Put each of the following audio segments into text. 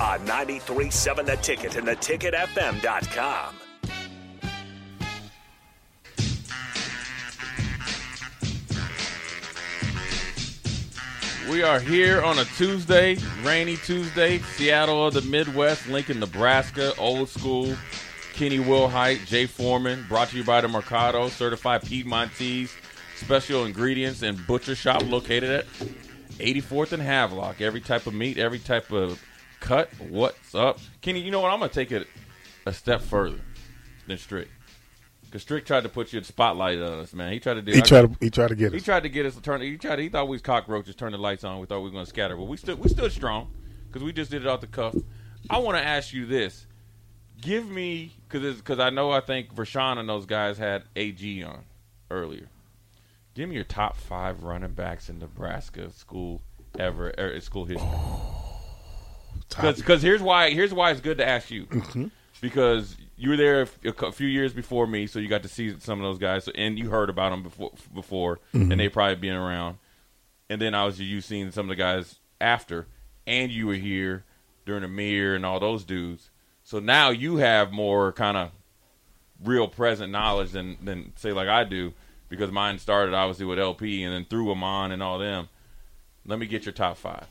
On 93.7 The Ticket and theticketfm.com. We are here on a Tuesday, rainy Tuesday, Seattle of the Midwest, Lincoln, Nebraska, old school. Kenny Wilhite, Jay Foreman, brought to you by the Mercado, certified Piedmontese, special ingredients and butcher shop located at 84th and Havelock. Every type of meat, every type of cut. What's up? Kenny, you know what? I'm going to take it a step further than Strick. Because Strick tried to put you in spotlight on us, man. He tried to do He I- tried. To, he tried to get He it. tried to get us to turn. He tried. He thought we was cockroaches. Turn the lights on. We thought we were going to scatter, but we stood. We stood strong because we just did it off the cuff. I want to ask you this: Give me because because I know I think Rashawn and those guys had AG on earlier. Give me your top five running backs in Nebraska school ever er, school history. Top- Because here's why here's why it's good to ask you because you were there a f- a cou- few years before me, so you got to see some of those guys, so, and you heard about them before before, and they probably been around. And then obviously you seen some of the guys after, and you were here during Amir and all those dudes. So now you have more kind of real present knowledge than than say like I do because mine started obviously with LP and then through Amon and all them. Let me get your top five.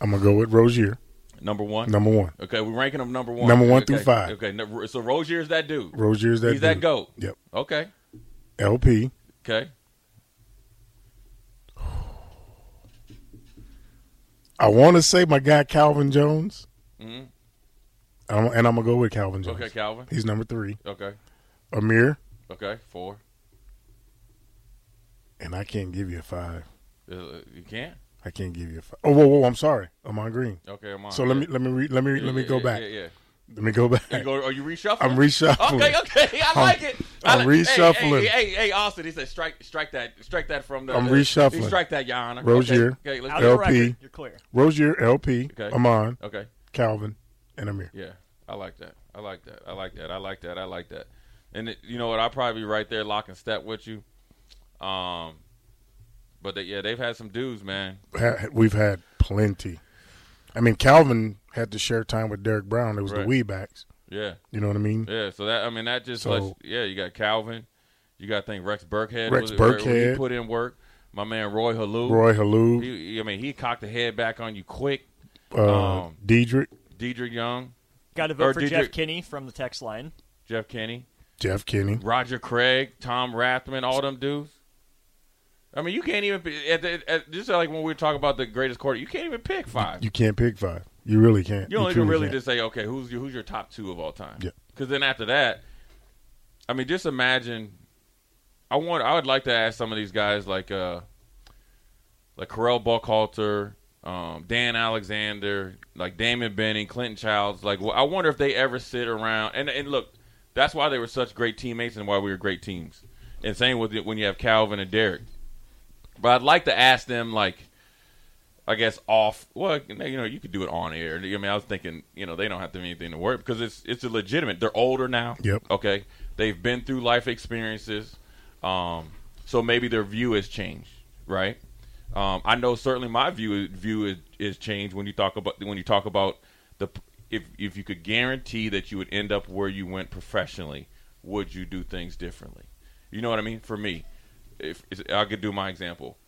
I'm gonna go with Rozier, Number one. number one. Okay, we're ranking them number one. Number one Okay, through five. Okay, no- so Rozier's that dude. Rozier's that. He's that dude. goat. Yep. Okay, LP. okay. I want to say my guy Calvin Jones. I'm, and I'm gonna go with Calvin Jones. Mm-hmm. Okay, Calvin. He's number three. Okay, Amir, okay. Four. and I can't give you a five. Uh, you can't? I can't give you a five. Oh, whoa, whoa! I'm sorry. I'm on green. Okay, I'm on. So let Yeah. me let me re, let me Yeah, let me yeah, go yeah, back. Yeah, yeah. Let me go back. You go, are you reshuffling? I'm reshuffling. Okay, okay. I like it. I I'm like- hey, Hey, reshuffling. hey, hey, Austin. He said, "Strike, strike that, strike that from the." I'm uh, reshuffling. Strike that, Your Honor. Rozier, Okay, okay let's go. LP, You're clear. Rozier, LP, Okay. Amon, Okay. Calvin, and Amir. Yeah, I like that. I like that. I like that. I like that. I like that. And it, you know what? I'll probably be right there lock and step with you. Um, but they, yeah, they've had some dudes, man. ha- we've had plenty. I mean, Calvin had to share time with Derek Brown. It was Right. the weebacks. backs. Yeah, You know what I mean? yeah. So that I mean, that just So- lets, yeah. You got Calvin. You got to think Rex Burkhead. Rex was- where- where He Burkhead. put in work. My man Roy Halou. Roy Halou, He, he- I mean, he cocked the head back on you quick. uh, um, Diedrich, Deidre Young, Got to Or vote for did you- Jeff Kinney from the text line. Jeff Kenny, Jeff Kinney. Roger Craig, Tom Rathman, all them dudes. I mean, you can't even be- at, the, at just like when we were talking about the greatest quarter, you can't even pick five. You can't pick five. You really can't. You only can truly really can't. just say, okay, who's your, who's your top two of all time? Yeah. Because then after that, I mean, just imagine. I want. I would like to ask some of these guys like, uh, like Carell Buckhalter, um, Dan Alexander, like Damon Benning, Clinton Childs. Like, well, I wonder if they ever sit around and and look. That's why they were such great teammates and why we were great teams. And same with it when you have Calvin and Derek. But I'd like to ask them like. I guess off. Well, you know, you could do it on air. I mean, I was thinking, you know, they don't have to do anything to worry because it's it's legitimate. They're older now. Yep. Okay. They've been through life experiences, um, so maybe their view has changed, right? Um, I know certainly my view view is, is changed when you talk about when you talk about the if if you could guarantee that you would end up where you went professionally, would you do things differently? You know what I mean? For me, if, if I could do my example,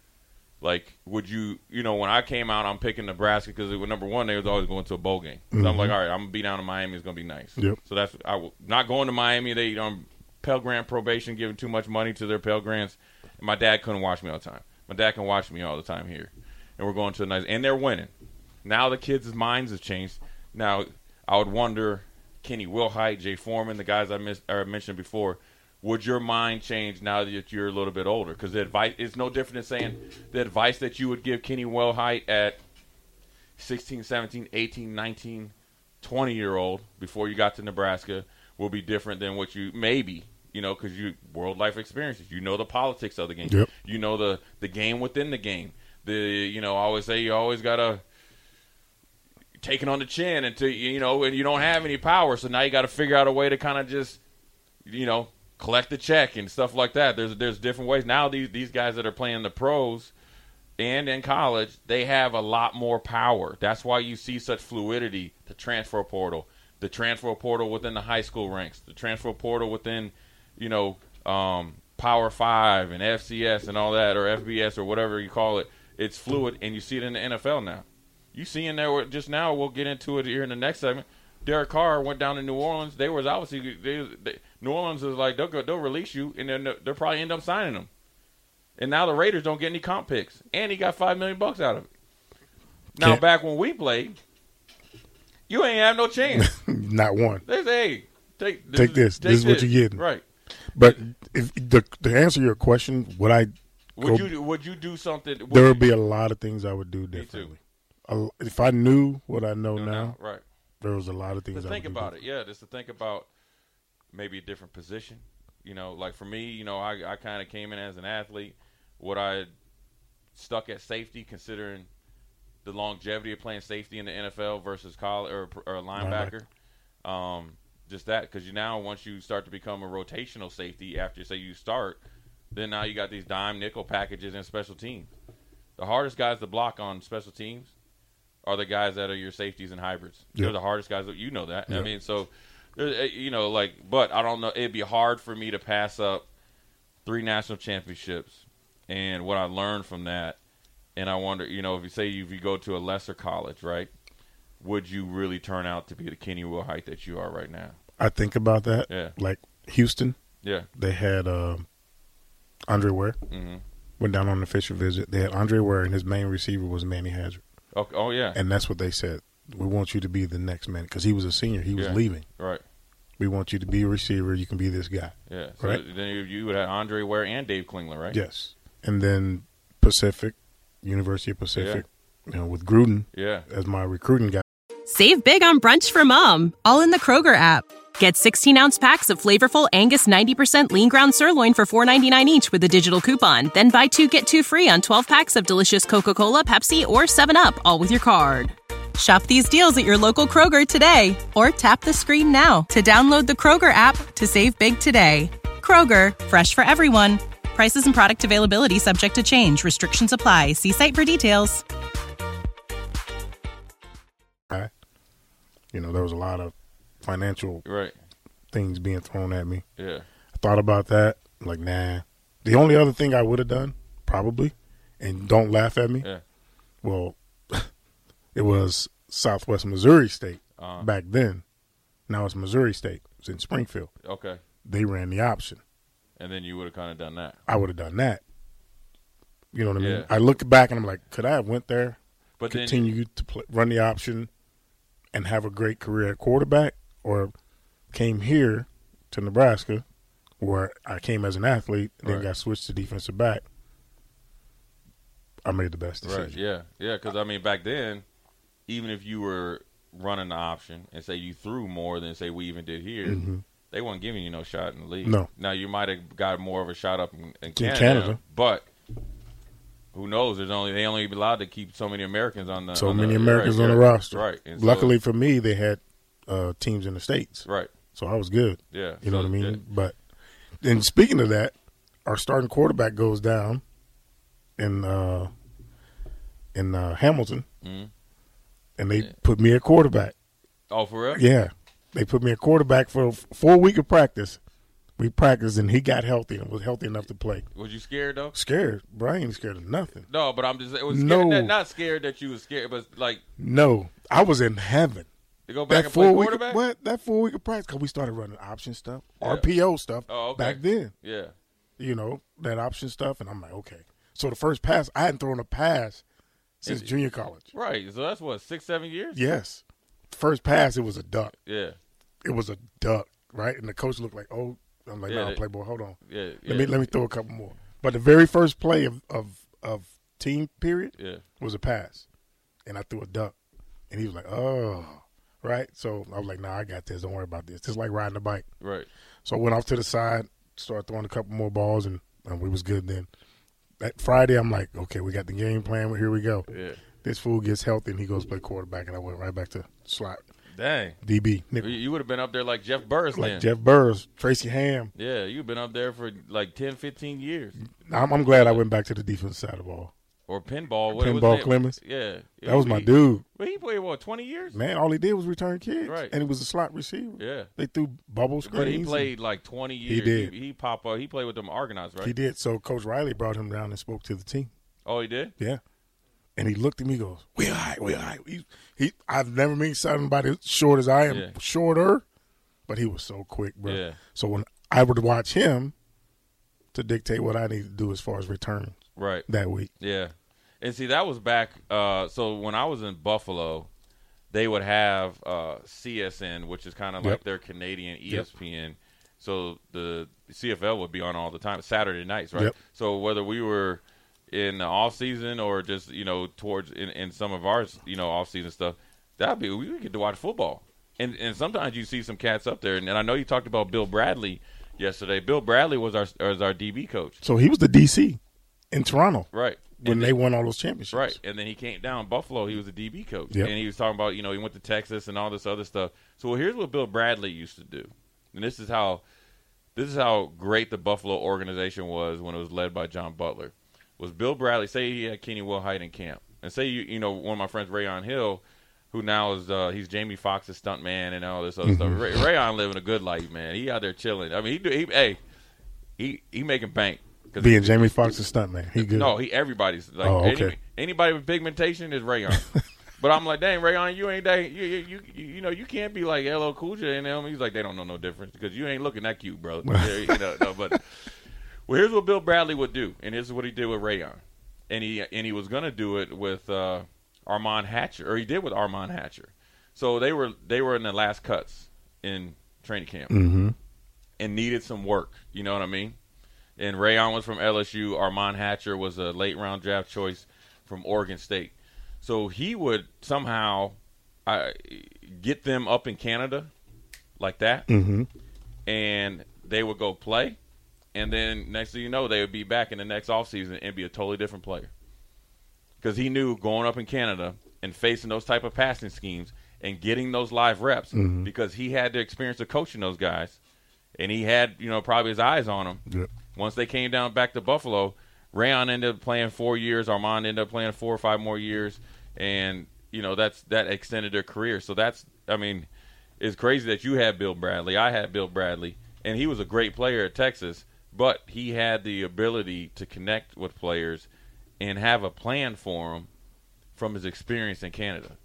Like, would you, you know, when I came out, I'm picking Nebraska because number one, they was always going to a bowl game. So I'm like, all right, I'm gonna be down in Miami. It's gonna be nice. Yep. So that's I w- not going to Miami. They um Pell Grant probation, giving too much money to their Pell Grants. And my dad couldn't watch me all the time. My dad can watch me all the time here, and we're going to a nice. And they're winning. Now the kids' minds have changed. Now I would wonder, Kenny Wilhite, Jay Foreman, the guys I mis- or mentioned before, would your mind change now that you're a little bit older? Because the advice it's no different than saying the advice that you would give Kenny Wilhite at 16, 17, 18, 19, 20 year old before you got to Nebraska will be different than what you maybe you know because you world life experiences you know the politics of the game Yep. you know the the game within the game the you know I always say you always gotta taken on the chin until you know and you don't have any power so now you got to figure out a way to kind of just you know collect the check and stuff like that there's there's different ways now these these guys that are playing the pros and in college they have a lot more power that's why you see such fluidity the transfer portal the transfer portal within the high school ranks the transfer portal within you know um, power five and fcs and all that or fbs or whatever you call it it's fluid and you see it in the nfl now you see in there where- just now. We'll get into it here in the next segment. Derek Carr went down to New Orleans. They was obviously they, they, New Orleans is like they'll go, they'll release you, and then they'll probably end up signing him. And now the Raiders don't get any comp picks, and he got five million bucks out of it. Now Can't- back when we played, you ain't have no chance. Not one. they say, hey, take Take this. This is what you're getting. Right? But if the to answer your question, would I? Would go- you do- would you do something? Would there you would be a lot of things I would do too. differently. A- If I knew what I know do now, Right. there was a lot of things. to I think would do about it. Yeah, just to think about maybe a different position. You know, like for me, you know, I, I kind of came in as an athlete. What I stuck at safety, considering the longevity of playing safety in the NFL versus college or, or a linebacker. Um, just that, because you now once you start to become a rotational safety after say you start, then now you got these dime nickel packages and special teams. The hardest guys to block on special teams are the guys that are your safeties and hybrids. They're Yeah. the hardest guys. that- You know that. I Yeah. mean, so there- eh, you know, like, but I don't know. It'd be hard for me to pass up three national championships and what I learned from that. And I wonder, you know, if you say if you go to a lesser college, right? Would you really turn out to be the Kenny Wilhite that you are right now? I think about that. Yeah. Like Houston, Yeah. they had uh, Andre Ware. Mm-hmm. Went down on an official visit. They had Andre Ware, and his main receiver was Manny Hazard, Okay. Oh yeah. and that's what they said. We want you to be the next man because he was a senior. He was Yeah. leaving. Right. We want you to be a receiver. You can be this guy. Yeah. So Right. then you, you would have Andre Ware and Dave Klingler, right? Yes. And then Pacific, University of Pacific, you know, with Gruden Yeah. as my recruiting guy. Save big on brunch for mom, all in the Kroger app. Get 16 ounce packs of flavorful Angus 90% lean ground sirloin for $4.99 each with a digital coupon. Then buy two get two free on 12 packs of delicious Coca Cola, Pepsi, or 7UP, all with your card. Shop these deals at your local Kroger today or tap the screen now to download the Kroger app to save big today. Kroger, fresh for everyone. Prices and product availability subject to change. Restrictions apply. See site for details. You know, there was a lot of financial Right. things being thrown at me. Yeah. I thought about that. Like, nah. The only other thing I would have done, probably, and don't laugh at me. Yeah. Well, it was Southwest Missouri State Uh-huh. back then. Now it's Missouri State. It's in Springfield. Okay. They ran the option. And then you would have kind of done that. I would have done that. You know what I mean? Yeah. I look back and I'm like, could I have went there? But then- continue to play, run the option and have a great career at quarterback, or came here to Nebraska where I came as an athlete, then Right. got switched to defensive back. I made the best decision. Right. Yeah. Yeah. Because I mean, back then, even if you were running the option and say you threw more than say we even did here, they weren't giving you no shot in the league. Mm-hmm. No. Now you might have got more of a shot up in, in Canada, Canada. but who knows? There's only they only allowed to keep so many Americans on the So Uh, on the- many right, Americans on the right, roster. Right. And so- Luckily for me, they had uh, teams in the states, right. so I was good. Yeah. You know So what I mean? that- But and speaking of that, our starting quarterback goes down in uh in uh Hamilton. Mhm. And they put me at quarterback. Oh, for real? Yeah. They put me at quarterback for a f- full week of practice. we practiced and he got healthy and was healthy enough to play. Was you scared though? Scared. Brian ain't scared of nothing. No, but I'm just it was No. scared, not, not scared that you was scared, but like No, I was in heaven. to go back That and play full week, of, quarterback. what? That full week of practice, because we started running option stuff, RPO stuff Oh, okay. back then. Yeah, You know that option stuff, and I'm like, okay. So the first pass, I hadn't thrown a pass since junior college. right. So that's what six, seven years. Yes, first pass, it was a duck. Yeah, It was a duck, right? And the coach looked like, oh, I'm like, Yeah, no, they- playboy, hold on. yeah. yeah Let me let me throw a couple more. But the very first play of of, of team period Yeah. was a pass, and I threw a duck, and he was like, "Oh, right." So I was like, "Nah, I got this. Don't worry about this." Just like riding a bike. Right. So I went off to the side, started throwing a couple more balls, and, and we was good then. That Friday, I'm like, "Okay, we got the game plan. Here we go." Yeah. This fool gets healthy, and he goes play quarterback, and I went right back to slot Dang. DB, You, nickel, you would have been up there like Jeff Burris like then. Jeff Burrs, Tracy Ham. yeah, you've been up there for like 10, 15 years. I'm, I'm glad I went back to the defense side of the ball. Or pinball. What Pinball was it? Clemens. Yeah. That was my He- dude. Well, he played what twenty years? Man, all he did was return kids, Right. And he was a slot receiver. Yeah. they threw bubble screens. But he and- played like twenty years. did. He, he pop up. He played with them Argonauts, right? He did. So Coach Riley brought him down and spoke to the team. Oh, he did. Yeah, and he looked at me, goes, "We all right, we all right." He, he I've never met somebody as short as I am, Yeah. shorter, but he was so quick, bro. Yeah. So when I would watch him to dictate what I need to do as far as returns Right. that week, Yeah. And see, that was back. Uh, so when I was in Buffalo, they would have uh, CSN, which is kind of Yep. like their Canadian E ESPN. So the CFL would be on all the time Saturday nights, right? Yep. So whether we were in the off season or just you know towards in, in some of our you know off season stuff, that'd be we would get to watch football. And and sometimes you see some cats up there, and, and I know you talked about Bill Bradley yesterday. Bill Bradley was our was our DB coach, so he was the DC in Toronto right? when they won all those championships. Right. And then he came down Buffalo. He was a DB coach. Yep. And he was talking about, you know, he went to Texas and all this other stuff. So here's what Bill Bradley used to do. And this is how this is how great the Buffalo organization was when it was led by John Butler. Was Bill Bradley say he had Kenny Wilhite in camp. And say you you know, one of my friends, Rayon Hill, who now is uh, he's Jamie Foxx's stunt man and all this other stuff. Ray, Rayon living a good life, man. He out there chilling. I mean, he do he hey, he he making bank. 'Cause Being Jamie Foxx's stunt man, he good. no, he everybody's like Oh, any- okay. anybody with pigmentation is rayon. but I'm like, dang, rayon, you ain't that you you you, you you know you can't be like LL Cool J and them. He's like, they don't know no difference because you ain't looking that cute, bro. Yeah, you know, no, but well, here's what Bill Bradley would do, and here's what he did with rayon, and he and he was gonna do it with uh, Armand Hatcher, or he did with Armand Hatcher. So they were they were in the last cuts in training camp Mm-hmm. and needed some work. You know what I mean? And Rayon was from LSU. Armand Hatcher was a late round draft choice from Oregon State. So he would somehow uh, get them up in Canada like that, mm-hmm. and they would go play. And then next thing you know, they would be back in the next offseason and be a totally different player. Because he knew going up in Canada and facing those type of passing schemes and getting those live reps, because he had the experience of coaching those guys, and he had you know probably his eyes on them. Yep. Once they came down back to Buffalo, Rayon ended up playing four years. Armand ended up playing four or five more years, and you know that's that extended their career. So that's I mean, it's crazy that you had Bill Bradley. I had Bill Bradley, and he was a great player at Texas, but he had the ability to connect with players and have a plan for them from his experience in Canada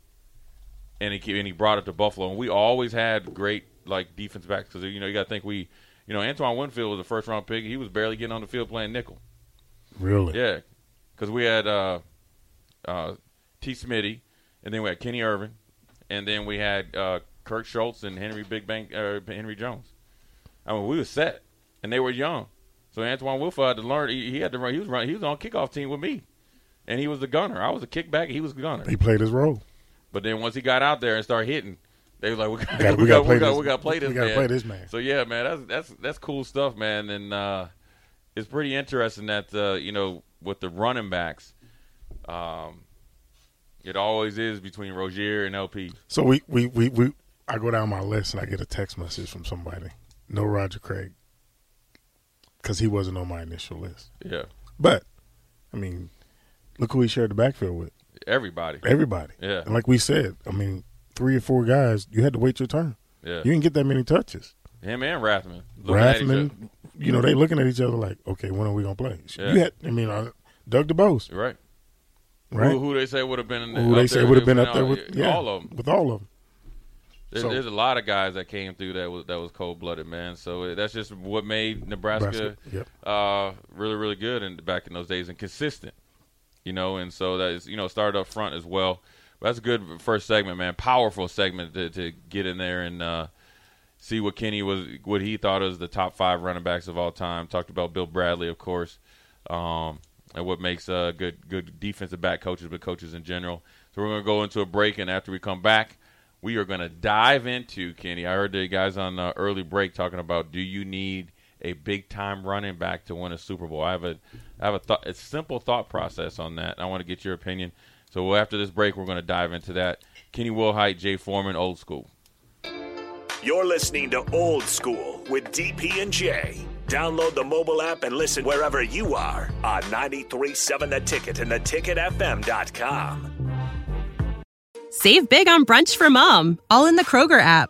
and he ke- and he brought it to Buffalo. And we always had great like defense backs because you know you got to think we, you know, Antoine Winfield was a first round pick. He was barely getting on the field playing nickel. really. Yeah, because we had uh, uh, T. Smitty, and then we had Kenny Irvin, and then we had uh, Kirk Schultz and Henry Big Bang uh, Henry Jones. I mean, we was set, and they were young. So Antoine Wilfa had to learn. He, he had to run. He was running. He was on kickoff team with me, and he was the gunner. I was a kickback. He was the gunner. He played his role. But then once he got out there and started hitting, they was like, "We got, gotta- we we got, gotta we play got, this- we got to play this, we gotta man. play this man. So yeah, man, that's that's that's cool stuff, man, and uh, it's pretty interesting that uh, you know with the running backs, um, it always is between Rozier and LP. So we, we, we, we I go down my list and I get a text message from somebody. No Roger Craig. Because he wasn't on my initial list. Yeah, But, I mean, look who he shared the backfield with. everybody. Everybody. Yeah. And like we said, I mean, three or four guys, you had to wait your turn. Yeah, You didn't get that many touches. Him and Rathman. Looking at each other. Rathman, you know, they looking at each other like, okay, when are we gonna play? Yeah. You had, I mean, uh, Doug DeBose, You're right. right? Who, who they say would have been in the, Who up they say there would have been with- up there with no, yeah, all of them. with all of them. There's, So- there's a lot of guys that came through that was that was cold blooded, man. So it, that's just what made Nebraska, Nebraska, yep. uh, really really good and back in those days and consistent, you know. And so that is you know started up front as well. But that's a good first segment, man. Powerful segment to, to get in there and uh, see what Kenny was what he thought was the top five running backs of all time. Talked about Bill Bradley, of course, um, and what makes uh, good good defensive back coaches, but coaches in general. So we're gonna go into a break, and after we come back, we are gonna dive into Kenny. I heard the guys on uh, early break talking about do you need a big time running back to win a Super Bowl? I have a I have a, thought, a simple thought process on that. I want to get your opinion. So after this break, we're going to dive into that. Kenny Wilhite, Jay Foreman, old school. You're listening to Old School with DP and J. Download the mobile app and listen wherever you are on 937 The Ticket and theticketfm.com. Save big on brunch for mom, all in the Kroger app.